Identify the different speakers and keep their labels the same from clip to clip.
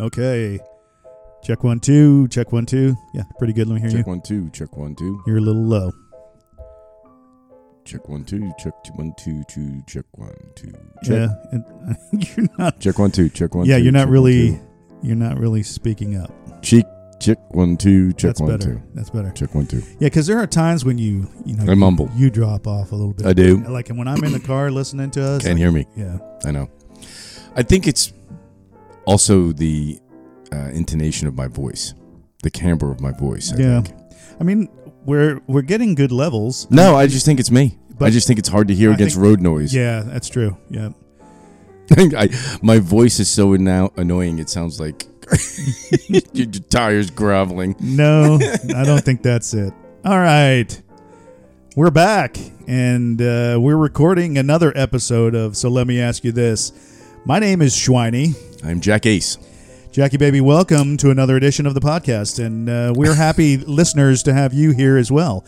Speaker 1: Okay. Check one, two. Check one, two. Yeah, pretty good. Let me hear you.
Speaker 2: Check one two, check one two,
Speaker 1: You're a little low.
Speaker 2: check one two, check two one two two, check one two.
Speaker 1: Yeah.
Speaker 2: Check,
Speaker 1: and- you're not.
Speaker 2: check one two, check one.
Speaker 1: yeah,
Speaker 2: two,
Speaker 1: you're
Speaker 2: check
Speaker 1: not
Speaker 2: one,
Speaker 1: really.
Speaker 2: two.
Speaker 1: you're not really speaking up.
Speaker 2: Cheek, check one two, check
Speaker 1: That's
Speaker 2: one
Speaker 1: better.
Speaker 2: two,
Speaker 1: That's better.
Speaker 2: check one two.
Speaker 1: Yeah, because there are times when you you know
Speaker 2: I mumble.
Speaker 1: You drop off a little bit.
Speaker 2: I do.
Speaker 1: Like when I'm in the car listening to us.
Speaker 2: Can't hear me.
Speaker 1: yeah.
Speaker 2: I know. I think it's also the uh, intonation of my voice, the timbre of my voice. I
Speaker 1: Yeah.
Speaker 2: Think.
Speaker 1: I mean, we're we're getting good levels.
Speaker 2: No, I just think it's me. I
Speaker 1: But-
Speaker 2: just think it's hard to hear
Speaker 1: I
Speaker 2: against
Speaker 1: think-
Speaker 2: road noise.
Speaker 1: Yeah, that's true. Yeah.
Speaker 2: I, my voice is so now annoying. It sounds like your tires groveling.
Speaker 1: No, I don't think that's it. All right. We're back and uh, we're recording another episode of So Let Me Ask You This. My name is Schweiny.
Speaker 2: I'm Jack Ace.
Speaker 1: Jackie Baby, welcome to another edition of the podcast. And uh, we're happy listeners to have you here as well.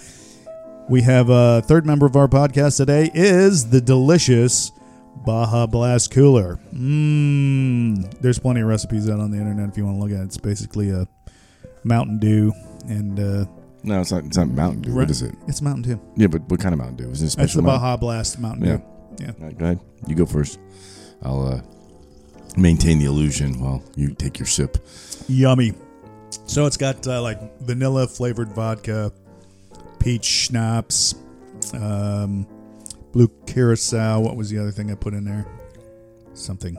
Speaker 1: We have a third member of our podcast today is the delicious Baja Blast Cooler. Mmm. There's plenty of recipes out on the internet if you want to look at it. It's basically a Mountain Dew and uh,
Speaker 2: No, it's not. It's not Mountain Dew.
Speaker 1: Right.
Speaker 2: What is it?
Speaker 1: It's Mountain Dew.
Speaker 2: Yeah, but what kind of Mountain Dew? Is it a special?
Speaker 1: That's the
Speaker 2: Mountain?
Speaker 1: Baja Blast Mountain
Speaker 2: Yeah.
Speaker 1: Dew. Yeah.
Speaker 2: All right, go ahead. You go first. I'll uh, maintain the illusion while you take your sip.
Speaker 1: Yummy. So it's got uh, like vanilla flavored vodka, peach schnapps, um, blue curacao. What was the other thing I put in there? Something.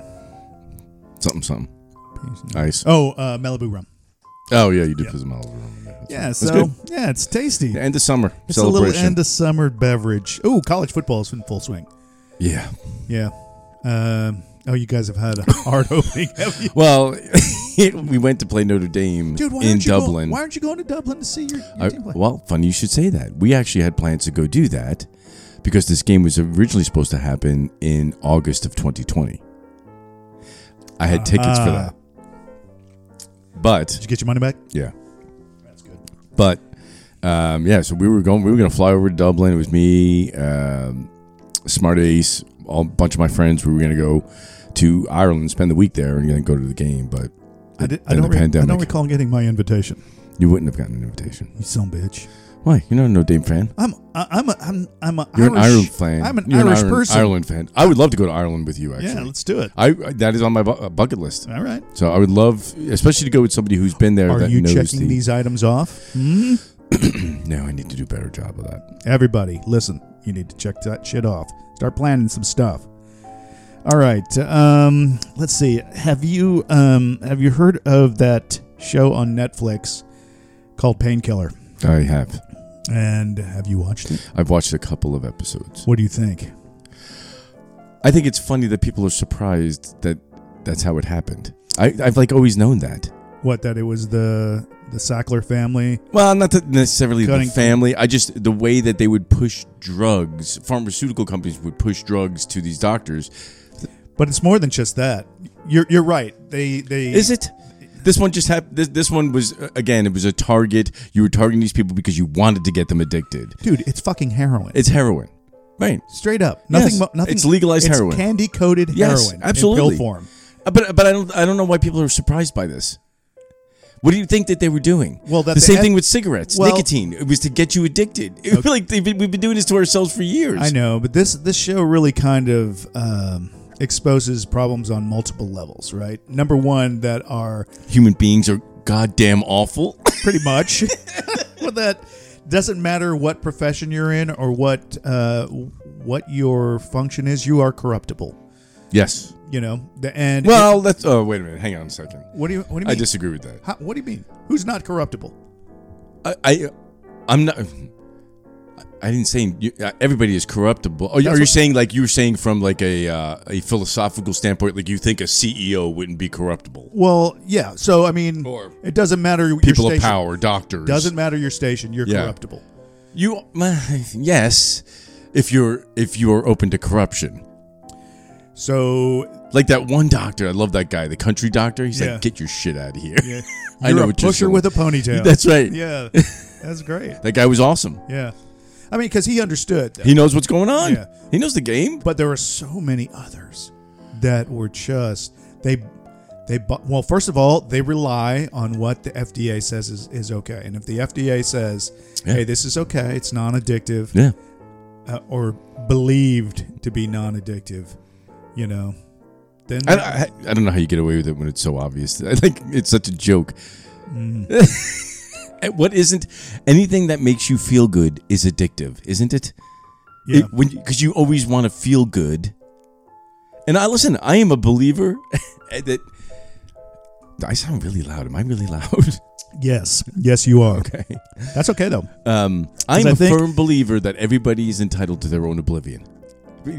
Speaker 2: Something, something.
Speaker 1: Peach-
Speaker 2: Ice. Oh,
Speaker 1: Oh, uh, Malibu rum.
Speaker 2: yeah, you did
Speaker 1: Yeah.
Speaker 2: put some olive oil in there. That's
Speaker 1: Yeah,
Speaker 2: right.
Speaker 1: so
Speaker 2: That's good.
Speaker 1: yeah, it's tasty.
Speaker 2: The end of summer
Speaker 1: it's a little
Speaker 2: celebration.
Speaker 1: end of summer beverage. Oh, college football is in full swing.
Speaker 2: yeah.
Speaker 1: Yeah. Um, oh, you guys have had a hard opening, have you?
Speaker 2: Well, we went to play Notre Dame
Speaker 1: Dude, why
Speaker 2: in
Speaker 1: aren't you go-
Speaker 2: Dublin.
Speaker 1: why aren't you going to Dublin to see your, your
Speaker 2: I,
Speaker 1: team play?
Speaker 2: well, funny you should say that. We actually had plans to go do that because this game was originally supposed to happen in August of 2020. I had tickets for
Speaker 1: Ah.
Speaker 2: that. But
Speaker 1: Did you get your money back?
Speaker 2: yeah,
Speaker 1: That's good.
Speaker 2: but um, yeah, so we were going. We were going to fly over to Dublin. It was me, um, Smart Ace, all, a bunch of my friends. We were going to go to Ireland, spend the week there, and then go to the game. But
Speaker 1: I, did, I, don't
Speaker 2: then the
Speaker 1: re- I
Speaker 2: pandemic,
Speaker 1: don't recall getting my invitation.
Speaker 2: you wouldn't have gotten an invitation.
Speaker 1: You son of a bitch.
Speaker 2: Why? You're not a Notre Dame fan.
Speaker 1: I'm I- I'm a, I'm I'm a
Speaker 2: You're
Speaker 1: Irish,
Speaker 2: an Ireland fan.
Speaker 1: I'm an
Speaker 2: You're
Speaker 1: Irish
Speaker 2: Ireland,
Speaker 1: person.
Speaker 2: Ireland fan. I would love to go to Ireland with you. Actually,
Speaker 1: Yeah, let's do it.
Speaker 2: I that is on my bu- uh, bucket list.
Speaker 1: All right.
Speaker 2: So I would love, especially to go with somebody who's been there.
Speaker 1: Are
Speaker 2: that
Speaker 1: you
Speaker 2: knows
Speaker 1: checking
Speaker 2: the,
Speaker 1: these items off? Hmm?
Speaker 2: No, I need to do a better job of that.
Speaker 1: Everybody, listen. You need to check that shit off. Start planning some stuff. All right. Um, let's see. Have you um, have you heard of that show on Netflix called Painkiller?
Speaker 2: I have.
Speaker 1: And have you watched it?
Speaker 2: I've watched a couple of episodes.
Speaker 1: What do you think?
Speaker 2: I think it's funny that people are surprised that that's how it happened. I, I've like always known that.
Speaker 1: What that it was the the Sackler family
Speaker 2: Well, not that necessarily
Speaker 1: Cutting-
Speaker 2: the family. I just the way that they would push drugs. Pharmaceutical companies would push drugs to these doctors.
Speaker 1: But it's more than just that. You're you're right. They they
Speaker 2: Is it? This one just happened. This, this one was uh, again. It was a target. You were targeting these people because you wanted to get them addicted.
Speaker 1: dude. It's fucking heroin.
Speaker 2: It's heroin, right?
Speaker 1: straight up. Nothing.
Speaker 2: Yes.
Speaker 1: mo- nothing.
Speaker 2: It's legalized
Speaker 1: it's
Speaker 2: heroin.
Speaker 1: Candy coated
Speaker 2: Yes,
Speaker 1: heroin. In
Speaker 2: absolutely.
Speaker 1: pill form.
Speaker 2: Uh, But but I don't I don't know why people are surprised by this. What do you think that they were doing?
Speaker 1: Well, that they
Speaker 2: the same
Speaker 1: had-
Speaker 2: thing with cigarettes,
Speaker 1: Well-
Speaker 2: nicotine. It was to get you addicted. It, Like they've been, we've been doing this to ourselves for years.
Speaker 1: I know, but this this show really kind of um, exposes problems on multiple levels. Right. Number one, that are
Speaker 2: Human beings are goddamn awful.
Speaker 1: pretty much. well, that doesn't matter what profession you're in or what uh, what your function is. You are corruptible.
Speaker 2: yes.
Speaker 1: You know. The, and
Speaker 2: Well, that's. Oh, wait a minute. Hang on a second.
Speaker 1: what do you what do you mean?
Speaker 2: I disagree with that.
Speaker 1: How, what do you mean? Who's not corruptible?
Speaker 2: I, I I'm not. I- I didn't say you, uh, everybody is corruptible. Oh, you-
Speaker 1: That's
Speaker 2: are you
Speaker 1: what-
Speaker 2: saying like you were saying from like a uh, a philosophical standpoint, like you think a CEO wouldn't be corruptible?
Speaker 1: Well, yeah. So I mean,
Speaker 2: Or
Speaker 1: it doesn't matter. your
Speaker 2: People of
Speaker 1: station.
Speaker 2: power, doctors,
Speaker 1: Doesn't matter your station. You're
Speaker 2: Yeah.
Speaker 1: corruptible.
Speaker 2: you? Yes, if you're if you are open to corruption,
Speaker 1: So
Speaker 2: like that one doctor, I love that guy, the country doctor. He's
Speaker 1: Yeah.
Speaker 2: like, get your shit out of here.
Speaker 1: yeah,
Speaker 2: I
Speaker 1: you're
Speaker 2: know
Speaker 1: a
Speaker 2: what you're
Speaker 1: pusher
Speaker 2: saying.
Speaker 1: with a ponytail.
Speaker 2: That's right.
Speaker 1: yeah. That's great.
Speaker 2: That guy was awesome.
Speaker 1: Yeah. I mean, because he understood. though.
Speaker 2: He knows what's going on.
Speaker 1: Yeah.
Speaker 2: He knows the game.
Speaker 1: but there were so many others that were just they they bu- well first of all they rely on what the FDA says is, is okay and if the FDA says
Speaker 2: Yeah.
Speaker 1: hey this is okay it's non-addictive
Speaker 2: Yeah.
Speaker 1: uh, or believed to be non-addictive you know then
Speaker 2: I, I, I don't know how you get away with it when it's so obvious. I think it's such a joke. Mm. And what isn't anything that makes you feel good is addictive, isn't it?
Speaker 1: yeah,
Speaker 2: Because you always want to feel good. And I listen. I am a believer that. I sound really loud. Am I really loud?
Speaker 1: yes yes you are
Speaker 2: okay.
Speaker 1: that's okay though
Speaker 2: Um, I'm
Speaker 1: I
Speaker 2: a
Speaker 1: think-
Speaker 2: firm believer that everybody is entitled to their own oblivion.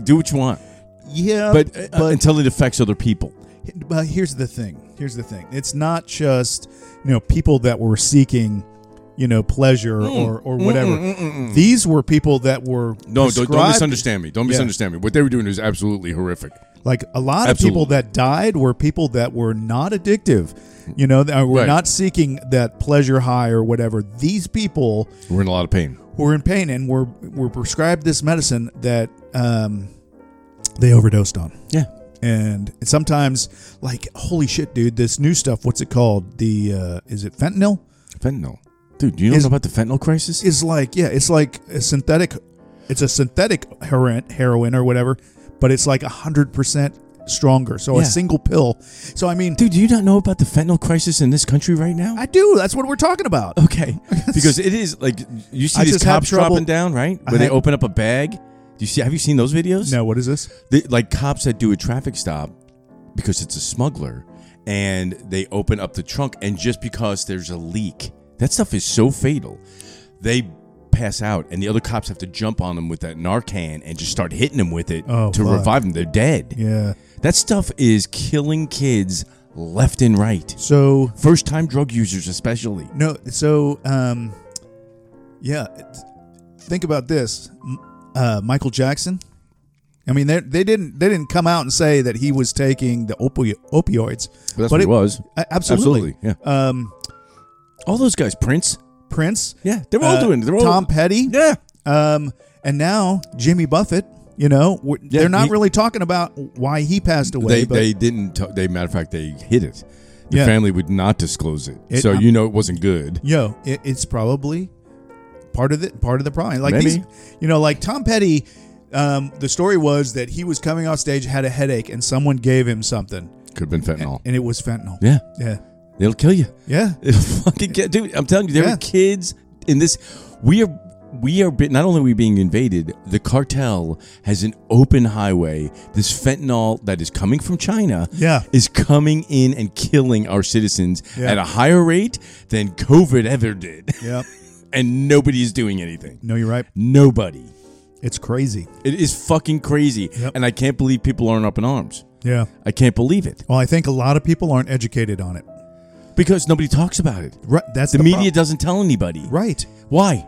Speaker 2: Do what you want,
Speaker 1: yeah
Speaker 2: but, uh, until it affects other people.
Speaker 1: But here's the thing. Here's the thing. It's not just you know people that were seeking you know pleasure
Speaker 2: Mm.
Speaker 1: or or whatever. These were people that were
Speaker 2: No, don't, don't
Speaker 1: prescribed-
Speaker 2: misunderstand me. Don't
Speaker 1: Yeah.
Speaker 2: misunderstand me. What they were doing is absolutely horrific.
Speaker 1: Like a lot
Speaker 2: Absolutely.
Speaker 1: of people that died were people that were not addictive. You know, that were
Speaker 2: Right.
Speaker 1: not seeking that pleasure high or whatever. These people
Speaker 2: We're in a lot of pain.
Speaker 1: were in pain and were were prescribed this medicine that um, they overdosed on.
Speaker 2: Yeah.
Speaker 1: and sometimes like holy shit dude this new stuff what's it called the uh is it fentanyl
Speaker 2: Fentanyl. Dude, you don't
Speaker 1: Is-
Speaker 2: know about the fentanyl crisis?
Speaker 1: is like yeah it's like a synthetic it's a synthetic heroin, heroin or whatever but it's like a 100% stronger so a
Speaker 2: Yeah.
Speaker 1: single pill so i mean
Speaker 2: Dude, do you not know about the fentanyl crisis in this country right now?
Speaker 1: i do that's what we're talking about
Speaker 2: okay. because it is like you see
Speaker 1: I
Speaker 2: these
Speaker 1: just have
Speaker 2: cops
Speaker 1: trouble-
Speaker 2: dropping down, right?
Speaker 1: I
Speaker 2: Where they
Speaker 1: have-
Speaker 2: open up a bag. Do you see have you seen those videos?
Speaker 1: no what is this
Speaker 2: They, like cops that do a traffic stop because it's a smuggler and they open up the trunk and just because there's a leak that stuff is so fatal they pass out and the other cops have to jump on them with that narcan and just start hitting them with it
Speaker 1: Oh,
Speaker 2: to
Speaker 1: fuck.
Speaker 2: revive them they're dead
Speaker 1: yeah
Speaker 2: that stuff is killing kids left and right
Speaker 1: so
Speaker 2: first time drug users especially
Speaker 1: No, so um, yeah. it's- Think about this, M- uh, Michael Jackson. I mean, they they didn't they didn't come out and say that he was taking the opio- opioids,
Speaker 2: but that's what it was
Speaker 1: a- absolutely.
Speaker 2: Absolutely, yeah.
Speaker 1: Um,
Speaker 2: all those guys prince
Speaker 1: Prince.
Speaker 2: yeah they're all
Speaker 1: uh,
Speaker 2: doing they're all
Speaker 1: Tom Petty.
Speaker 2: yeah
Speaker 1: Um, and now Jimmy Buffett. You know, we're-
Speaker 2: Yeah,
Speaker 1: they're not
Speaker 2: he-
Speaker 1: really talking about why he passed away.
Speaker 2: They,
Speaker 1: but
Speaker 2: they didn't. T- they matter of fact, they hid it. The
Speaker 1: Yeah.
Speaker 2: family would not disclose it,
Speaker 1: It-
Speaker 2: so
Speaker 1: I'm-
Speaker 2: you know it wasn't good.
Speaker 1: yo, it, it's probably part of the part of the problem. Like
Speaker 2: Maybe.
Speaker 1: these, you know, like Tom Petty. Um, the story was that he was coming off stage, had a headache, and someone gave him something,
Speaker 2: Could have been fentanyl.
Speaker 1: and it was fentanyl.
Speaker 2: yeah,
Speaker 1: Yeah,
Speaker 2: it'll kill you.
Speaker 1: yeah,
Speaker 2: It'll fucking get, dude. I'm telling you, there
Speaker 1: Yeah.
Speaker 2: are kids in this. We are. We are be- not only are we being invaded, the cartel has an open highway. This fentanyl that is coming from China
Speaker 1: Yeah.
Speaker 2: is coming in and killing our citizens
Speaker 1: Yeah.
Speaker 2: at a higher rate than COVID ever did.
Speaker 1: yeah.
Speaker 2: and nobody is doing anything.
Speaker 1: No, you're right.
Speaker 2: Nobody.
Speaker 1: It's crazy.
Speaker 2: It is fucking crazy.
Speaker 1: Yep.
Speaker 2: And I can't believe people aren't up in arms.
Speaker 1: Yeah.
Speaker 2: I can't believe it
Speaker 1: Well, I think a lot of people aren't educated on it.
Speaker 2: because nobody talks about it.
Speaker 1: Right. That's
Speaker 2: The,
Speaker 1: the,
Speaker 2: media
Speaker 1: prob-
Speaker 2: doesn't tell anybody.
Speaker 1: Right.
Speaker 2: Why?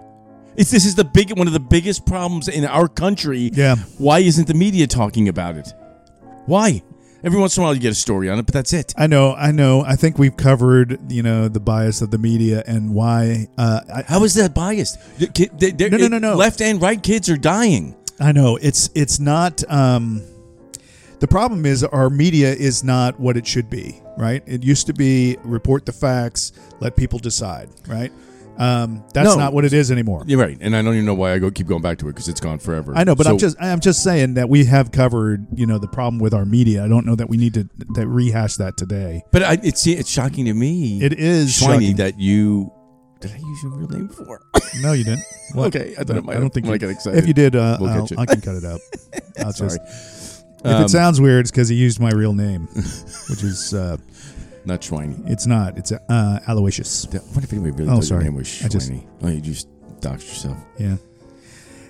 Speaker 2: It's, this is the big one of the biggest problems in our country.
Speaker 1: Yeah.
Speaker 2: Why isn't the media talking about it? Why? Every once in a while you get a story on it, but that's it.
Speaker 1: I know. I know. I think we've covered, you know, the bias of the media and why. Uh, I,
Speaker 2: How is that biased? The kid- they- they're-
Speaker 1: No, no, no, no.
Speaker 2: Left and right kids are dying.
Speaker 1: I know it's it's not. Um, the problem is our media is not what it should be. Right? It used to be report the facts, let people decide. Right? Um, that's
Speaker 2: No.
Speaker 1: not what it is anymore.
Speaker 2: You're right, and I don't even know why I go keep going back to it because it's gone forever.
Speaker 1: I know, but I'm
Speaker 2: So-
Speaker 1: just I'm just saying that we have covered you know the problem with our media. I don't know that we need to that rehash that today.
Speaker 2: But I, it's it's shocking to me.
Speaker 1: It is
Speaker 2: shiny
Speaker 1: shocking.
Speaker 2: that you did I use your real name for?
Speaker 1: no, you didn't. What?
Speaker 2: Okay, I thought it might
Speaker 1: I
Speaker 2: have-
Speaker 1: don't think
Speaker 2: might
Speaker 1: you,
Speaker 2: get excited.
Speaker 1: If you did, uh,
Speaker 2: We'll get
Speaker 1: I'll-
Speaker 2: you.
Speaker 1: I can cut it out. I'll
Speaker 2: Sorry. Um,
Speaker 1: just, if it sounds weird, it's because he used my real name, which is uh,
Speaker 2: Not Schweiny.
Speaker 1: it's not. It's uh, Aloysius.
Speaker 2: I wonder if anybody really
Speaker 1: Oh,
Speaker 2: thought
Speaker 1: sorry.
Speaker 2: your name was
Speaker 1: I just-
Speaker 2: Schweiny. Oh, you just doxed yourself.
Speaker 1: Yeah.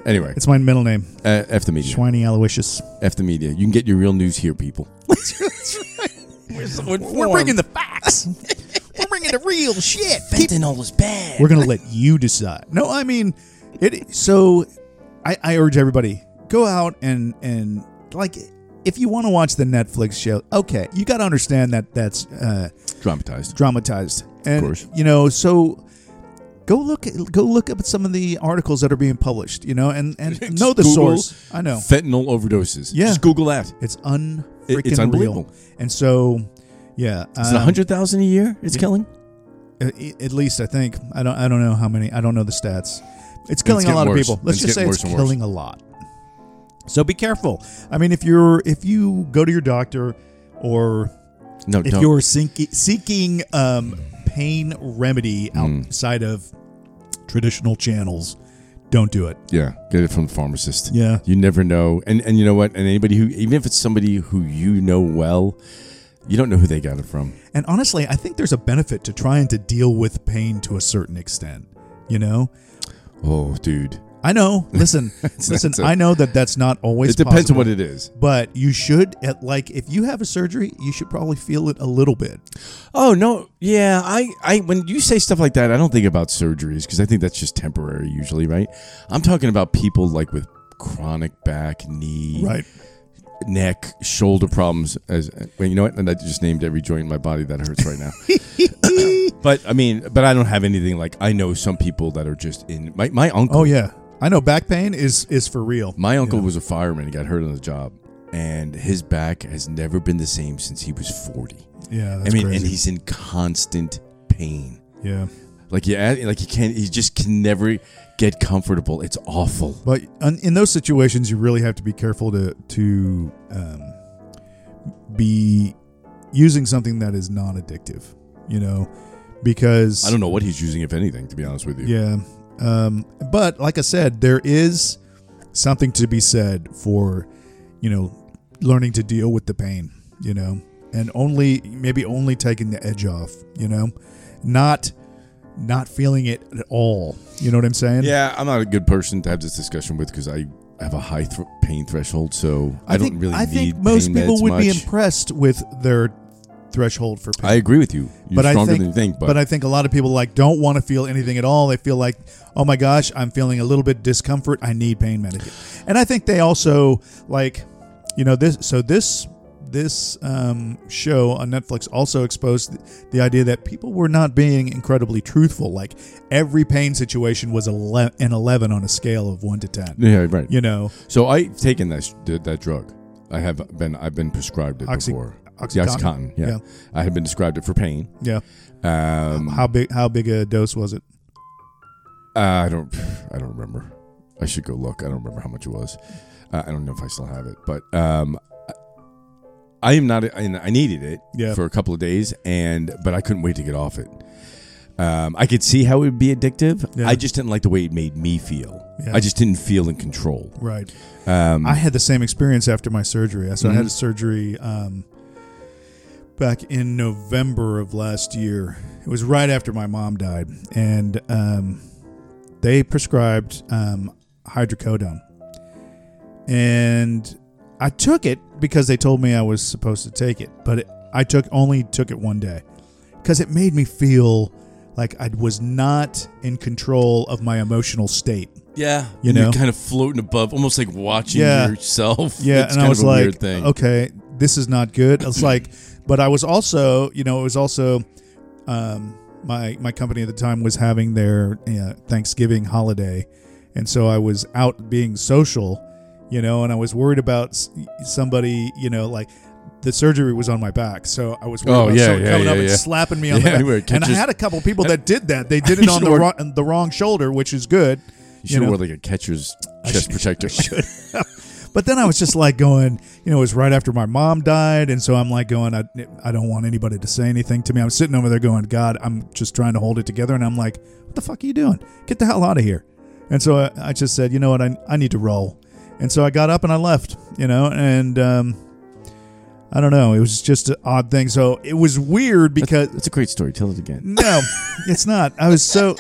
Speaker 2: Anyway,
Speaker 1: It's my middle name,
Speaker 2: uh, F the media.
Speaker 1: Schweiny Aloysius.
Speaker 2: F the media. You can get your real news here, people.
Speaker 1: We're bringing the facts. We're bringing the real shit.
Speaker 2: Fentanyl is bad.
Speaker 1: We're gonna let you decide. No, I mean, it. So, I, I urge everybody go out and and like if you want to watch the Netflix show. Okay, you got to understand that that's uh,
Speaker 2: Traumatized.
Speaker 1: dramatized, and
Speaker 2: course.
Speaker 1: you know so. Go look at, go look up at some of the articles that are being published, you know, and, and
Speaker 2: Just
Speaker 1: know the
Speaker 2: Google
Speaker 1: source. I know.
Speaker 2: Fentanyl overdoses.
Speaker 1: Yeah.
Speaker 2: Just Google that.
Speaker 1: It's un
Speaker 2: It-
Speaker 1: freaking
Speaker 2: it's
Speaker 1: real.
Speaker 2: unbelievable.
Speaker 1: And so, yeah,
Speaker 2: Is
Speaker 1: um,
Speaker 2: it 100,000 a year it's killing?
Speaker 1: a- at least I think I don't I don't know how many I don't know the stats. It's killing a
Speaker 2: getting
Speaker 1: lot
Speaker 2: worse.
Speaker 1: of people. Let's
Speaker 2: It's
Speaker 1: just say
Speaker 2: getting
Speaker 1: it's
Speaker 2: worse and worse.
Speaker 1: killing a lot. So be careful. I mean, if you're if you go to your doctor or
Speaker 2: No,
Speaker 1: if
Speaker 2: don't.
Speaker 1: you're seeking seeking um, pain remedy
Speaker 2: Mm.
Speaker 1: outside of traditional channels, don't do it.
Speaker 2: Yeah, get it from the pharmacist.
Speaker 1: Yeah.
Speaker 2: you never know, and and you know what? And anybody who, even if it's somebody who you know well, you don't know who they got it from.
Speaker 1: And honestly, I think there's a benefit to trying to deal with pain to a certain extent. You know,
Speaker 2: Oh, dude,
Speaker 1: I know. Listen, listen.
Speaker 2: that's a-
Speaker 1: I know that that's not always.
Speaker 2: it depends on
Speaker 1: possible.
Speaker 2: what it is.
Speaker 1: but you should at like if you have a surgery you should probably feel it a little bit
Speaker 2: Oh no, yeah, I, I when you say stuff like that, I don't think about surgeries because I think that's just temporary usually, right? I'm talking about people like with chronic back, knee, neck, shoulder problems. As well, you know what? And I just named every joint in my body that hurts right now. but I mean, but I don't have anything like I know some people that are just in my my uncle.
Speaker 1: oh yeah i know back pain is is for real
Speaker 2: My uncle was a fireman. He got hurt on the job, and his back has never been the same since he was forty.
Speaker 1: yeah
Speaker 2: I
Speaker 1: that's
Speaker 2: mean,
Speaker 1: crazy.
Speaker 2: and he's in constant pain.
Speaker 1: yeah
Speaker 2: Like you, add- like you can't. He just can never get comfortable. It's awful.
Speaker 1: but un- in those situations you really have to be careful to to um, be using something that is non-addictive you know because
Speaker 2: I don't know what he's using, if anything, to be honest with you.
Speaker 1: Yeah. Um, but like I said, there is something to be said for, you know, learning to deal with the pain, you know, and only maybe only taking the edge off, you know, not not feeling it at all. You know what I'm saying?
Speaker 2: Yeah, I'm not a good person to have this discussion with because I have a high thr pain threshold, so I,
Speaker 1: think,
Speaker 2: don't really.
Speaker 1: I think
Speaker 2: need
Speaker 1: most
Speaker 2: pain
Speaker 1: people
Speaker 2: meds
Speaker 1: would be
Speaker 2: much.
Speaker 1: impressed with their threshold for pain.
Speaker 2: I agree with you. You're
Speaker 1: I
Speaker 2: stronger
Speaker 1: think,
Speaker 2: than you think, but,
Speaker 1: I think a lot of people like don't want to feel anything at all. They feel like, oh my gosh, I'm feeling a little bit discomfort. I need pain medicine, and I think they also like, you know, this. So this this um, show on Netflix also exposed the, the idea that people were not being incredibly truthful. Like every pain situation was ele- an eleven on a scale of one to ten.
Speaker 2: yeah, right.
Speaker 1: You know,
Speaker 2: So I've taken that th- that drug. I have been I've been prescribed it
Speaker 1: Oxy-
Speaker 2: before.
Speaker 1: Oxycontin.
Speaker 2: The Oxycontin. Yeah.
Speaker 1: Yeah.
Speaker 2: I have been prescribed it for pain.
Speaker 1: yeah.
Speaker 2: Um,
Speaker 1: How big how big a dose was it?
Speaker 2: Uh, I don't I don't remember. I should go look. I don't remember how much it was. Uh, I don't know if I still have it, but um, I am not. I I needed it
Speaker 1: Yeah.
Speaker 2: for a couple of days, and but I couldn't wait to get off it. Um, I could see how it would be addictive.
Speaker 1: Yeah.
Speaker 2: I just didn't like the way it made me feel.
Speaker 1: Yeah.
Speaker 2: I just didn't feel in control.
Speaker 1: Right.
Speaker 2: Um,
Speaker 1: I had the same experience after my surgery. So I had
Speaker 2: Mhm.
Speaker 1: a surgery um, back in November of last year. It was right after my mom died, and um, they prescribed um, hydrocodone, and I took it because they told me I was supposed to take it. But it, I took only took it one day because it made me feel like I was not in control of my emotional state.
Speaker 2: yeah,
Speaker 1: You know?
Speaker 2: you're kind of floating above, almost like watching
Speaker 1: Yeah.
Speaker 2: yourself.
Speaker 1: Yeah,
Speaker 2: it's
Speaker 1: and
Speaker 2: kind
Speaker 1: I was
Speaker 2: of a
Speaker 1: like, oh,
Speaker 2: weird thing.
Speaker 1: okay, this is not good. I was like, but I was also, you know, it was also, um, my my company at the time was having their uh, Thanksgiving holiday, and so I was out being social, you know, and I was worried about s- somebody, you know, like. The surgery was on my back, so I was worried
Speaker 2: Oh,
Speaker 1: about
Speaker 2: yeah,
Speaker 1: someone
Speaker 2: yeah,
Speaker 1: coming
Speaker 2: yeah,
Speaker 1: up and
Speaker 2: yeah.
Speaker 1: slapping me on
Speaker 2: Yeah,
Speaker 1: the
Speaker 2: you were-
Speaker 1: back. And I
Speaker 2: just-
Speaker 1: had a couple people that did that. They did it
Speaker 2: You
Speaker 1: on the
Speaker 2: should've wore-
Speaker 1: wrong, the wrong shoulder, which is good.
Speaker 2: You should have worn like a catcher's chest protector.
Speaker 1: But then I was just like going, you know, it was right after my mom died, and so I'm like going, I, I don't want anybody to say anything to me. I'm sitting over there going, God, I'm just trying to hold it together, and I'm like, what the fuck are you doing? Get the hell out of here! And so I, I just said, you know what, I, I need to roll, and so I got up and I left, you know, and um, I don't know, it was just an odd thing. So it was weird because
Speaker 2: That's a great story. Tell it again.
Speaker 1: no, it's not. I was so.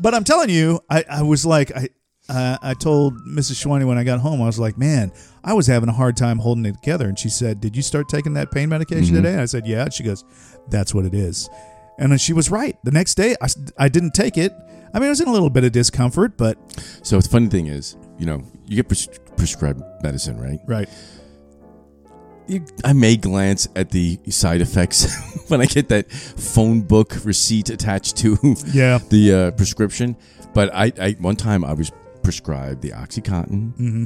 Speaker 1: but I'm telling you, I, I was like, I, uh, I told Mrs. Schwani when I got home, I was like, man, I was having a hard time holding it together. And she said, Did you start taking that pain medication today? And I said, Yeah. And she goes, That's what it is. And then she was right. The next day, I, s- I didn't take it. I mean, I was in a little bit of discomfort, but.
Speaker 2: So the funny thing is, you know, you get pres- prescribed medicine, right?
Speaker 1: Right.
Speaker 2: You, I may glance at the side effects when I get that phone book receipt attached to
Speaker 1: Yeah.
Speaker 2: the uh, prescription. But I, I, one time I was prescribed the OxyContin
Speaker 1: Mm-hmm.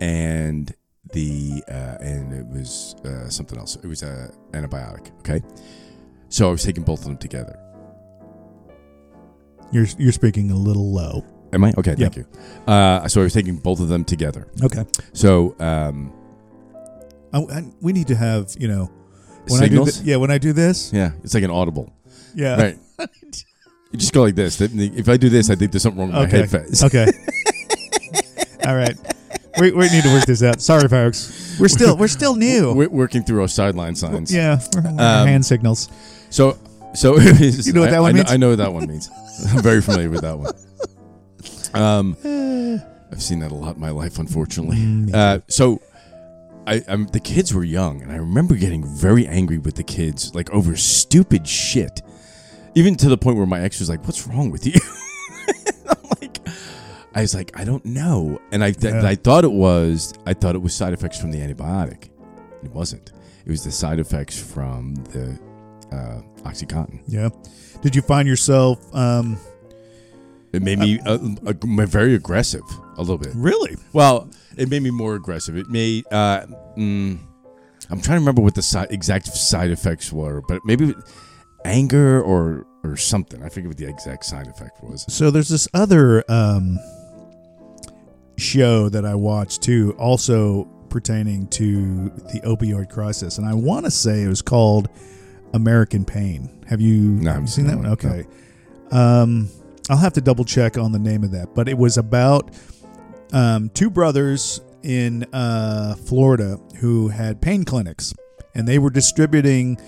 Speaker 2: and the uh, and it was uh, something else. It was a antibiotic. Okay, so I was taking both of them together.
Speaker 1: You're, you're speaking a little low.
Speaker 2: Am I okay?
Speaker 1: Yeah.
Speaker 2: Thank you. Uh, so I was taking both of them together.
Speaker 1: Okay.
Speaker 2: So um,
Speaker 1: I, I- we need to have, you know. When I do
Speaker 2: Signals?
Speaker 1: thi- yeah, when I do this.
Speaker 2: yeah, it's like an audible.
Speaker 1: Yeah.
Speaker 2: Right. You just go like this. If I do this, I think there's something wrong with my
Speaker 1: Okay. Oh,
Speaker 2: head. fat.
Speaker 1: Okay. All right. We, we need to work this out. Sorry, folks. We're still we're still new.
Speaker 2: We're working through our sideline signs.
Speaker 1: yeah, we're, we're
Speaker 2: Um,
Speaker 1: hand signals.
Speaker 2: So, so it is,
Speaker 1: You know what that
Speaker 2: I,
Speaker 1: one
Speaker 2: I kn-
Speaker 1: means?
Speaker 2: I know what that one means. I'm very familiar with that one. Um, I've seen that a lot in my life,
Speaker 1: Mm,
Speaker 2: unfortunately. Uh, so, I, I'm, the kids were young, and I remember getting very angry with the kids, like over stupid shit. Even to the point where my ex was like, "What's wrong with you?" I'm like, I was like, I don't know, and I th-
Speaker 1: Yeah.
Speaker 2: I thought it was I thought it was side effects from the antibiotic. It wasn't. It was the side effects from the uh, OxyContin.
Speaker 1: Yeah. Did you find yourself um,
Speaker 2: It made me uh, ag- very aggressive a little bit.
Speaker 1: really?
Speaker 2: Well, it made me more aggressive. It made. Uh, mm, I'm trying to remember what the si- exact side effects were, but maybe anger or or something. I forget what the exact side effect was.
Speaker 1: So there's this other um, show that I watched too, also pertaining to the opioid crisis, and I want to say it was called American Pain. Have you,
Speaker 2: I
Speaker 1: have you
Speaker 2: haven't
Speaker 1: seen
Speaker 2: seen
Speaker 1: that
Speaker 2: that
Speaker 1: one?
Speaker 2: one,
Speaker 1: Okay. Um, I'll have to double check on the name of that, but it was about um, two brothers in uh, Florida who had pain clinics, and they were distributing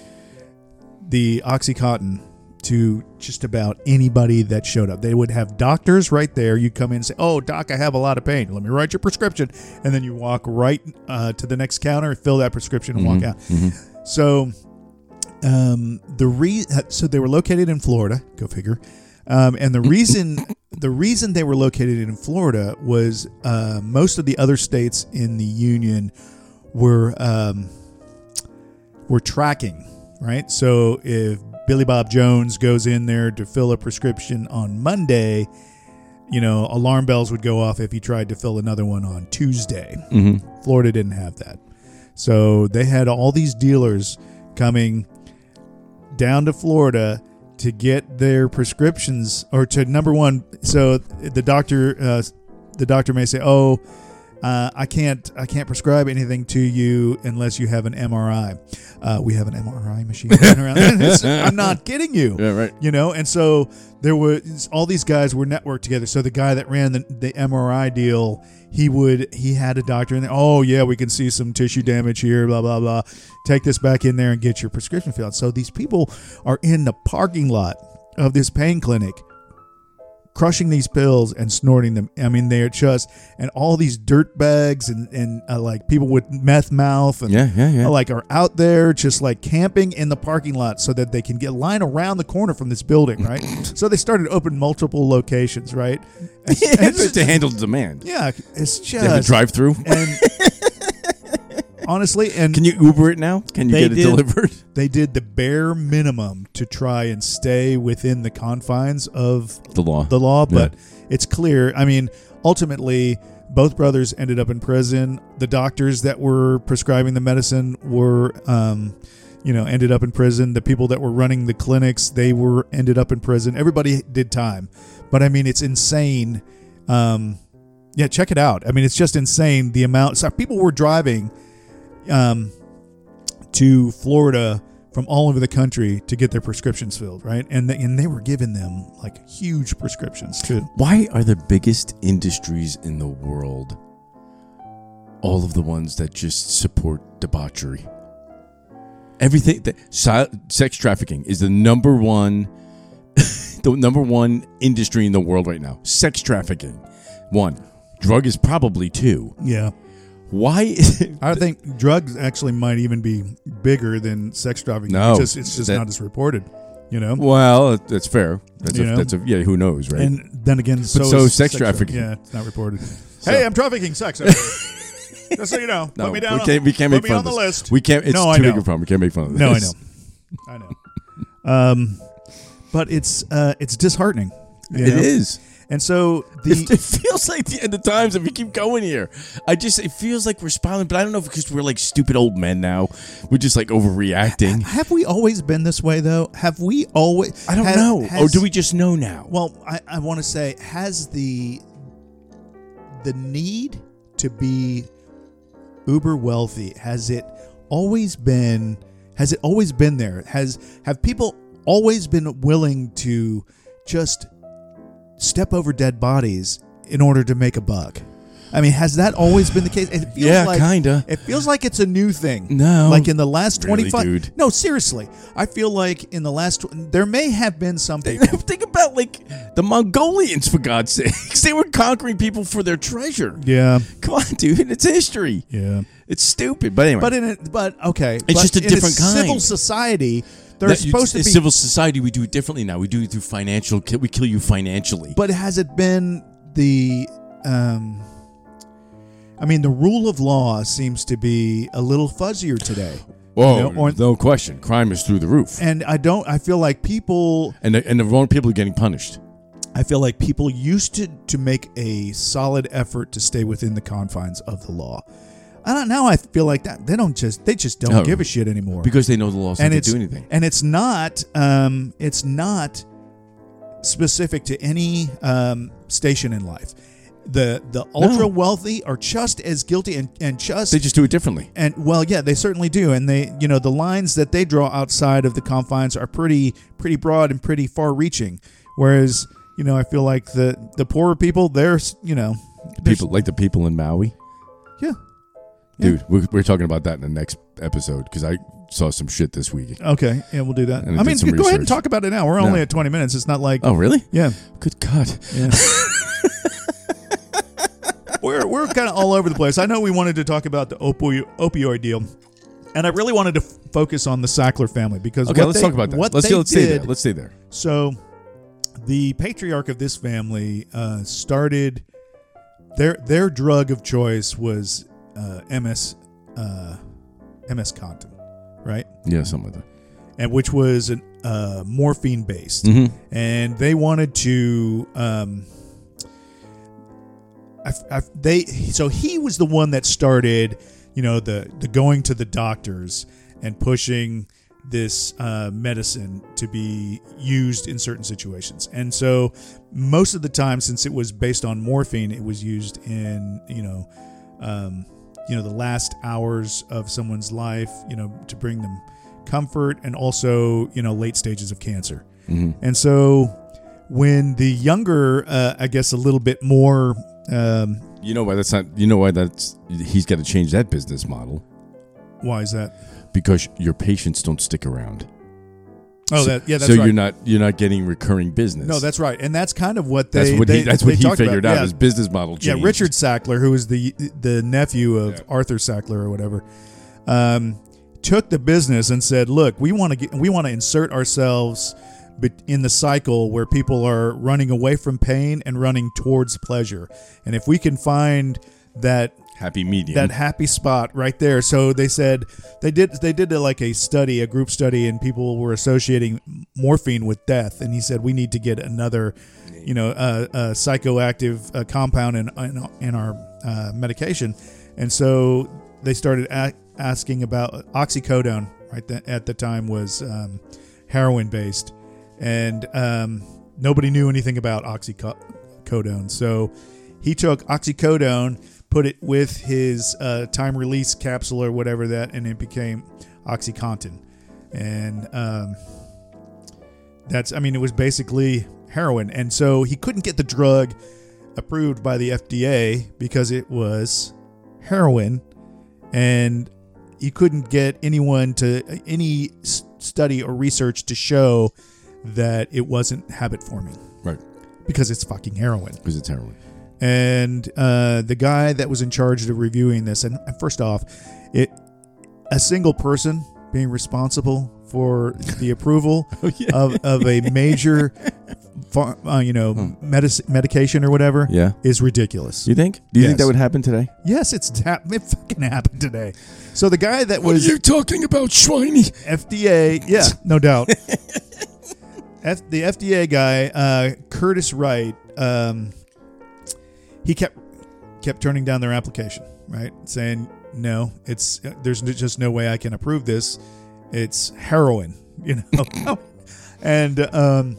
Speaker 1: the OxyContin to just about anybody that showed up. They would have doctors right there. You come in and say, "Oh, doc, I have a lot of pain. Let me write your prescription," and then you walk right uh, to the next counter, fill that prescription, and walk out. So, um, the re- so they were located in Florida. Go figure. Um, and the reason the reason they were located in Florida was uh, most of the other states in the union were um, were tracking, right? So if Billy Bob Jones goes in there to fill a prescription on Monday, you know, alarm bells would go off if he tried to fill another one on Tuesday. Florida didn't have that. So they had all these dealers coming down to Florida to get their prescriptions or to number one. So the doctor, uh, the doctor may say, "Oh, uh, I can't, I can't prescribe anything to you unless you have an MRI. Uh, we have an MRI machine running around. It's- I'm not kidding you.
Speaker 2: Yeah, right.
Speaker 1: You know, and so there was all these guys were networked together. So the guy that ran the, the MRI deal, he would he had a doctor in there. Oh yeah, we can see some tissue damage here. Blah blah blah. Take this back in there and get your prescription filled. So these people are in the parking lot of this pain clinic, crushing these pills and snorting them. I mean, they're just and all these dirt bags and and uh, like people with meth mouth and
Speaker 2: Yeah, yeah, yeah.
Speaker 1: like are out there just like camping in the parking lot so that they can get line around the corner from this building, right? so they started to open multiple locations, right? And- and it's
Speaker 2: Just to handle the demand.
Speaker 1: yeah, it's
Speaker 2: They have a
Speaker 1: just
Speaker 2: drive through.
Speaker 1: and honestly, and
Speaker 2: Can you Uber it now? Can you
Speaker 1: They
Speaker 2: get it
Speaker 1: did.
Speaker 2: delivered?
Speaker 1: they did the bare minimum to try and stay within the confines of
Speaker 2: The law.
Speaker 1: the law, but it's clear. I mean, ultimately, both brothers ended up in prison. The doctors that were prescribing the medicine were, um, you know, ended up in prison. The people that were running the clinics, they were ended up in prison. Everybody did time, but I mean, it's insane. Um, yeah, check it out. I mean, it's just insane the amount. So people were driving um, to Florida from all over the country to get their prescriptions filled, right? And they, and they were giving them like huge prescriptions too.
Speaker 2: Why are the biggest industries in the world all of the ones that just support debauchery? Everything that si- sex trafficking is the number one, the number one industry in the world right now. Sex trafficking, One. Drug is probably two.
Speaker 1: Yeah.
Speaker 2: Why is it?
Speaker 1: I think drugs actually might even be bigger than sex trafficking.
Speaker 2: No.
Speaker 1: It's just, it's just
Speaker 2: That-
Speaker 1: not as reported, you know?
Speaker 2: Well, that's fair. That's
Speaker 1: You
Speaker 2: a,
Speaker 1: know?
Speaker 2: that's a yeah. Who knows, right?
Speaker 1: and then again, so,
Speaker 2: so
Speaker 1: is
Speaker 2: sex
Speaker 1: tra-
Speaker 2: trafficking.
Speaker 1: yeah, it's not reported. Hey, I'm trafficking sex. over here. just so you know,
Speaker 2: no,
Speaker 1: put me down.
Speaker 2: we can't. We can't
Speaker 1: put
Speaker 2: make
Speaker 1: me
Speaker 2: fun
Speaker 1: on
Speaker 2: of
Speaker 1: the
Speaker 2: this.
Speaker 1: list.
Speaker 2: We can't. It's
Speaker 1: No, I
Speaker 2: too
Speaker 1: know.
Speaker 2: big a problem. We can't make fun of this.
Speaker 1: No, I know. I know. Um, but it's uh, it's disheartening. you
Speaker 2: It
Speaker 1: know?
Speaker 2: is.
Speaker 1: And so
Speaker 2: It,
Speaker 1: the
Speaker 2: it feels like the end of times if we keep going here. I just it feels like we're spiraling, but I don't know if because we're like stupid old men now. We're just like overreacting.
Speaker 1: have we always been this way though? Have we always?
Speaker 2: I don't
Speaker 1: ha-
Speaker 2: know.
Speaker 1: has-
Speaker 2: or do we just know now?
Speaker 1: Well, I, I want to say has the the need to be uber wealthy has it always been has it always been there has have people always been willing to just step over dead bodies in order to make a buck i mean has that always been the case it feels
Speaker 2: Yeah,
Speaker 1: like,
Speaker 2: kinda.
Speaker 1: it feels like it's a new thing
Speaker 2: No.
Speaker 1: like in the last
Speaker 2: Really,
Speaker 1: 25
Speaker 2: dude?
Speaker 1: no seriously i feel like in the last tw- there may have been some people
Speaker 2: Think about like the Mongolians for God's sakes. They were conquering people for their treasure.
Speaker 1: yeah
Speaker 2: Come on, dude. It's history.
Speaker 1: yeah
Speaker 2: It's stupid. But anyway,
Speaker 1: But in a, but okay, it's
Speaker 2: just a different
Speaker 1: Civil
Speaker 2: kind.
Speaker 1: society, they're
Speaker 2: That-
Speaker 1: supposed to be.
Speaker 2: it's civil society. We do it differently now. We do it through financial. ki- We kill you financially.
Speaker 1: but has it been the? Um, I mean, the rule of law seems to be a little fuzzier today,
Speaker 2: Whoa,
Speaker 1: you know, or-
Speaker 2: no question. Crime is through the roof,
Speaker 1: and I don't. I feel like people.
Speaker 2: and the, and the wrong people are getting punished.
Speaker 1: I feel like people used to to make a solid effort to stay within the confines of the law. I don't now. I feel like that they don't just they just don't
Speaker 2: No.
Speaker 1: give a shit anymore.
Speaker 2: because they know the laws
Speaker 1: and
Speaker 2: don't
Speaker 1: it's
Speaker 2: do anything.
Speaker 1: and it's not um, it's not specific to any um, station in life. The the ultra wealthy are just as guilty and and just
Speaker 2: They just do it differently.
Speaker 1: and well yeah they certainly do and they you know the lines that they draw outside of the confines are pretty pretty broad and pretty far reaching. Whereas you know I feel like the the poorer people they're s- you know
Speaker 2: The people like the people in Maui,
Speaker 1: yeah Yeah.
Speaker 2: dude. We're, we're talking about that in the next episode because I saw some shit this week.
Speaker 1: okay yeah we'll do that.
Speaker 2: And it
Speaker 1: I
Speaker 2: did
Speaker 1: mean go
Speaker 2: some
Speaker 1: ahead and
Speaker 2: research.
Speaker 1: talk about it now. We're
Speaker 2: No.
Speaker 1: only at twenty minutes. It's not like
Speaker 2: Oh, really?
Speaker 1: yeah.
Speaker 2: Good God!
Speaker 1: Yeah. we're we're kind of all over the place. I know we wanted to talk about the opio- opioid deal, and I really wanted to f- focus on the Sackler family because
Speaker 2: Okay,
Speaker 1: what
Speaker 2: let's
Speaker 1: they-
Speaker 2: talk about that.
Speaker 1: What
Speaker 2: Let's
Speaker 1: they
Speaker 2: let's stay
Speaker 1: did.
Speaker 2: there. Let's stay there.
Speaker 1: so, the patriarch of this family uh, started their their drug of choice was uh, MS uh, MS Contin, right?
Speaker 2: Yeah, something like that.
Speaker 1: and which was an, uh, morphine based,
Speaker 2: Mm-hmm.
Speaker 1: and they wanted to. Um, I, I, they so he was the one that started, you know, the the going to the doctors and pushing this uh, medicine to be used in certain situations, and so most of the time, since it was based on morphine, it was used in you know. Um, you know the last hours of someone's life you know to bring them comfort and also you know late stages of cancer and so when the younger uh, i guess a little bit more um,
Speaker 2: You know why that's not. You know why that's. He's got to change that business model
Speaker 1: why is that
Speaker 2: because your patients don't stick around.
Speaker 1: oh
Speaker 2: So-
Speaker 1: that yeah that's
Speaker 2: so
Speaker 1: right
Speaker 2: you're not you're not getting recurring business.
Speaker 1: no that's right and that's kind of what they
Speaker 2: that's what
Speaker 1: they,
Speaker 2: he that's what
Speaker 1: they
Speaker 2: he
Speaker 1: talked
Speaker 2: figured
Speaker 1: about.
Speaker 2: out
Speaker 1: yeah.
Speaker 2: his business model. Changed.
Speaker 1: Yeah, Richard Sackler, who was the the nephew of Arthur Sackler or whatever, um, took the business and said, "Look, we want to get we want to insert ourselves bet- in the cycle where people are running away from pain and running towards pleasure, and if we can find that."
Speaker 2: happy medium.
Speaker 1: That happy spot right there. So they said they did they did uh, like a study, a group study, and people were associating morphine with death. And he said we need to get another, you know, uh, uh, psychoactive uh, compound in in, in our uh, medication. And so they started a- asking about oxycodone. Right th- at the time was um, heroin based, and um, nobody knew anything about oxycodone. So he took oxycodone, put it with his uh, time release capsule or whatever that, and it became OxyContin. And um, that's, I mean, it was basically heroin. And so he couldn't get the drug approved by the FDA because it was heroin. And you couldn't get anyone to any s- study or research to show that it wasn't habit forming
Speaker 2: right
Speaker 1: because it's fucking heroin.
Speaker 2: because it's heroin.
Speaker 1: and uh, the guy that was in charge of reviewing this. And first off, it a single person being responsible for the approval
Speaker 2: Oh,
Speaker 1: of, of a major, pha- uh, you know, medis- medication or whatever
Speaker 2: Hmm. Yeah.
Speaker 1: is ridiculous.
Speaker 2: Do you think? Do you think
Speaker 1: Yes.
Speaker 2: that would happen today?
Speaker 1: Yes, it's hap- it fucking happened today. So the guy that was
Speaker 2: talking about, Schweiny?
Speaker 1: FDA, yeah, no doubt. F- the FDA guy, uh, Curtis Wright, um, he kept kept turning down their application, right? Saying no, it's uh, there's n- just no way I can approve this. It's heroin, you know. and um,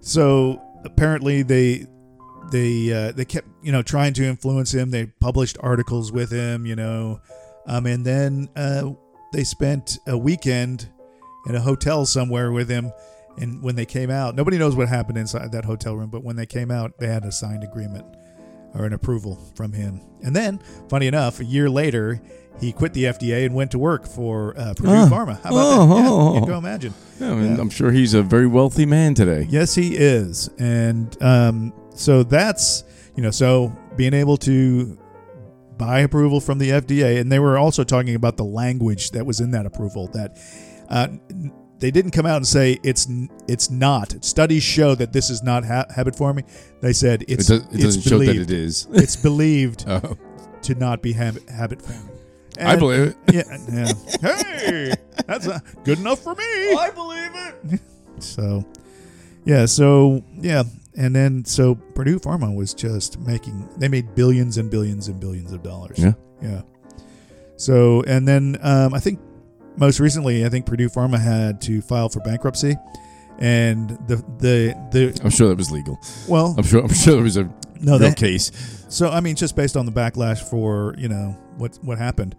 Speaker 1: so apparently they they uh, they kept you know trying to influence him. They published articles with him, you know, um, and then uh, they spent a weekend in a hotel somewhere with him. And when they came out, nobody knows what happened inside that hotel room. But when they came out, they had a signed agreement or an approval from him. And then, funny enough, a year later, he quit the FDA and went to work for uh, Purdue
Speaker 2: Ah.
Speaker 1: Pharma. How about that?
Speaker 2: Oh.
Speaker 1: Yeah, you go imagine.
Speaker 2: Yeah, I mean,
Speaker 1: Yeah.
Speaker 2: I'm sure he's a very wealthy man today.
Speaker 1: Yes, he is, and um, so that's you know so being able to buy approval from the FDA, and they were also talking about the language that was in that approval that. Uh, n- they didn't come out and say it's n- it's not. Studies show that this is not ha- habit forming. They said
Speaker 2: It,
Speaker 1: it's
Speaker 2: does, it
Speaker 1: it's
Speaker 2: doesn't show that
Speaker 1: believed
Speaker 2: it is.
Speaker 1: it's believed
Speaker 2: Oh,
Speaker 1: to not be habit habit forming.
Speaker 2: I
Speaker 1: And-
Speaker 2: believe it.
Speaker 1: Yeah, yeah. hey, that's uh good enough for me.
Speaker 2: I believe it.
Speaker 1: So, yeah, so yeah, and then so Purdue Pharma was just making they made billions and billions and billions of dollars.
Speaker 2: Yeah.
Speaker 1: yeah. So and then um, I think most recently I think Purdue Pharma had to file for bankruptcy, and the the the
Speaker 2: I'm sure that was legal.
Speaker 1: well
Speaker 2: I'm sure. I'm sure there was a
Speaker 1: no
Speaker 2: real
Speaker 1: they
Speaker 2: case.
Speaker 1: so I mean just based on the backlash for you know what what happened.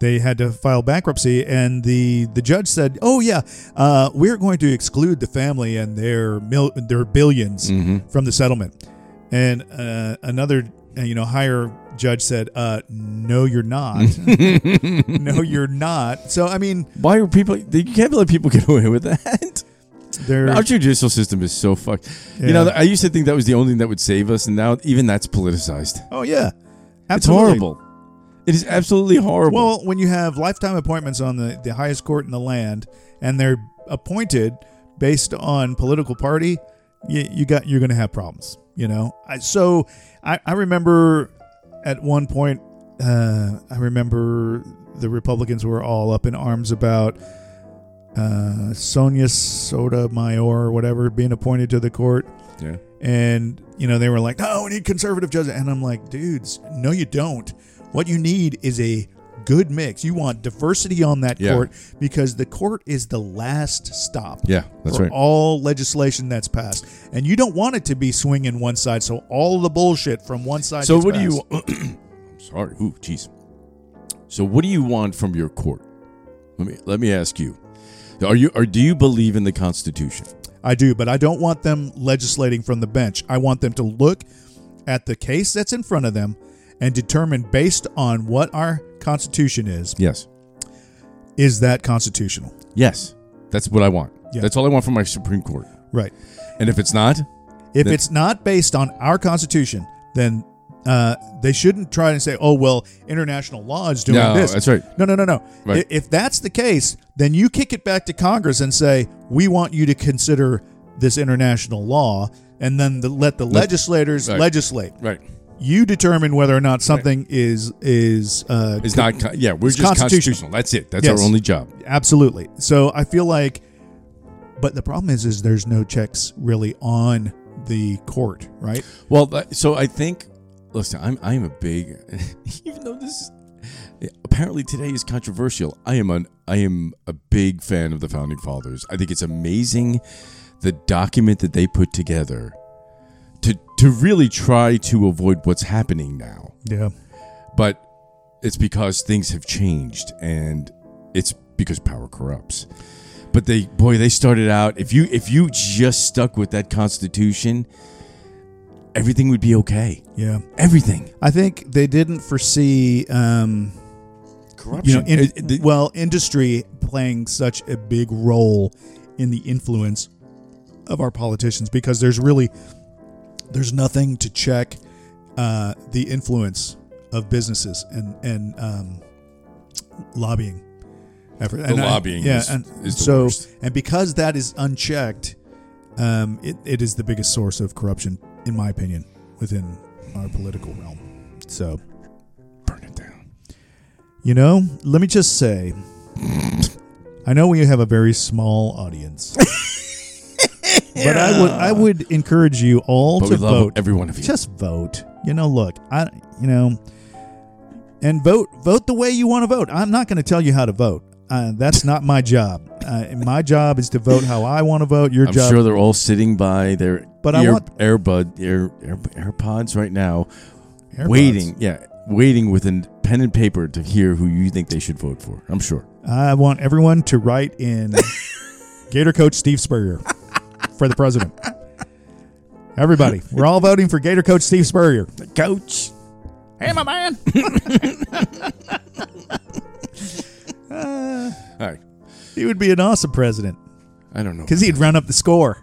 Speaker 1: They had to file bankruptcy, and the, the judge said, "Oh yeah, uh, we're going to exclude the family and their mil- their 1000000000s
Speaker 2: hmm
Speaker 1: from the settlement. And uh, another, uh, you know, higher judge said, uh, "No, you're not. no, you're not." So I mean,
Speaker 2: Why are people? You can't let people get away with that.
Speaker 1: there.
Speaker 2: Our judicial system is so fucked. You
Speaker 1: Yeah.
Speaker 2: know, I used to think that was the only thing that would save us, and now even that's politicized.
Speaker 1: Oh yeah,
Speaker 2: It's
Speaker 1: Absolutely.
Speaker 2: horrible. It is absolutely horrible.
Speaker 1: Well, when you have lifetime appointments on the, the highest court in the land, and they're appointed based on political party, you, you got you're going to have problems. You know, I, so I, I remember at one point, uh, I remember the Republicans were all up in arms about uh, Sonia Sotomayor or whatever being appointed to the court
Speaker 2: yeah.
Speaker 1: and you know they were like, "No, we need conservative judges," and I'm like, "Dudes, no, you don't. What you need is a good mix. You want diversity on that
Speaker 2: Yeah.
Speaker 1: court because the court is the last stop.
Speaker 2: Yeah, that's
Speaker 1: for
Speaker 2: right.
Speaker 1: All legislation that's passed, and you don't want it to be swinging one side. So all the bullshit from one side.
Speaker 2: So
Speaker 1: gets
Speaker 2: what do
Speaker 1: passed.
Speaker 2: you? I'm sorry. Ooh, jeez. So what do you want from your court? Let me let me ask you. Are you or do you believe in the Constitution?
Speaker 1: I do, but I don't want them legislating from the bench. I want them to look at the case that's in front of them and determine based on what our constitution is
Speaker 2: Yes.
Speaker 1: is that constitutional
Speaker 2: Yes. That's what I want.
Speaker 1: Yeah.
Speaker 2: That's all I want from my Supreme Court.
Speaker 1: right
Speaker 2: And if it's not,
Speaker 1: If
Speaker 2: That-
Speaker 1: it's not based on our Constitution, then uh, they shouldn't try and say, "Oh, well, international law is doing
Speaker 2: No,
Speaker 1: this."
Speaker 2: that's right.
Speaker 1: No, no, no, no.
Speaker 2: Right.
Speaker 1: I- If that's the case, then you kick it back to Congress and say, "We want you to consider this international law," and then the, let the legislators
Speaker 2: right.
Speaker 1: legislate.
Speaker 2: right?
Speaker 1: You determine whether or not something is is uh,
Speaker 2: It's not. con- Yeah, we're
Speaker 1: It's
Speaker 2: just
Speaker 1: constitutional.
Speaker 2: constitutional. That's it. That's
Speaker 1: Yes.
Speaker 2: our only job.
Speaker 1: absolutely. So I feel like, but the problem is, is there's no checks really on the court, right?
Speaker 2: Well, that- so I think. Listen, I'm I'm a big, even though this apparently today is controversial. I am an I am a big fan of the founding fathers. I think it's amazing the document that they put together to to really try to avoid what's happening now.
Speaker 1: Yeah.
Speaker 2: But it's because things have changed and it's because power corrupts. But they boy, they started out if you if you just stuck with that constitution, everything would be okay.
Speaker 1: Yeah.
Speaker 2: Everything.
Speaker 1: I think they didn't foresee, um, you know,
Speaker 2: Corruption.
Speaker 1: in,
Speaker 2: It- it- the-
Speaker 1: well, industry playing such a big role in the influence of our politicians because there's really there's nothing to check uh, the influence of businesses and and um, lobbying effort. The
Speaker 2: lobbying is- is the
Speaker 1: so
Speaker 2: worst.
Speaker 1: and because that is unchecked, um, it, it is the biggest source of corruption, in my opinion, within our political realm. So
Speaker 2: Burn it down.
Speaker 1: you know, let me just say, I know we have a very small audience. But I would I would encourage you all
Speaker 2: But
Speaker 1: to
Speaker 2: we love
Speaker 1: vote
Speaker 2: every one of you.
Speaker 1: just vote. You know, look, I, you know, and vote, vote the way you want to vote. I'm not going to tell you how to vote. Uh, that's not my job. Uh, my job is to vote how I want to vote. Your
Speaker 2: I'm
Speaker 1: job,
Speaker 2: sure they're all sitting by their
Speaker 1: But I
Speaker 2: ear,
Speaker 1: want-
Speaker 2: Airbud ear, air, AirPods right now,
Speaker 1: AirPods.
Speaker 2: waiting. Yeah, waiting with a pen and paper to hear who you think they should vote for. I'm sure.
Speaker 1: I want everyone to write in Gator Coach Steve Spurrier for the president. Everybody, we're all voting for Gator Coach Steve Spurrier.
Speaker 2: Coach. Hey, my man.
Speaker 1: Uh,
Speaker 2: all right.
Speaker 1: He would be an awesome president
Speaker 2: I don't know.
Speaker 1: because he'd run up the score.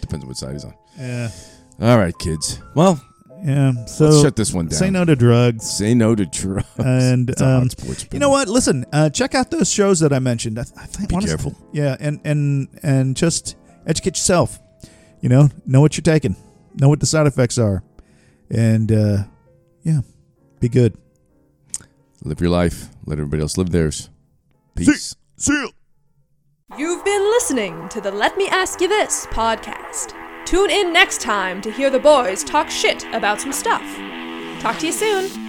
Speaker 2: Depends on what side he's on.
Speaker 1: Yeah,
Speaker 2: All right, kids. Well,
Speaker 1: yeah. So
Speaker 2: let's shut this one down.
Speaker 1: say no to drugs.
Speaker 2: Say no to drugs.
Speaker 1: And,
Speaker 2: It's a hot
Speaker 1: um,
Speaker 2: sports
Speaker 1: You know what? Listen, uh, check out those shows that I mentioned. I, I think
Speaker 2: Be
Speaker 1: honestly-
Speaker 2: careful.
Speaker 1: Yeah, and and and just educate yourself. You know, know what you're taking, know what the side effects are, and uh, yeah, be good.
Speaker 2: Live your life. Let everybody else live theirs. Peace.
Speaker 1: See you.
Speaker 3: You've been listening to the Let Me Ask You This podcast. Tune in next time to hear the boys talk shit about some stuff. Talk to you soon.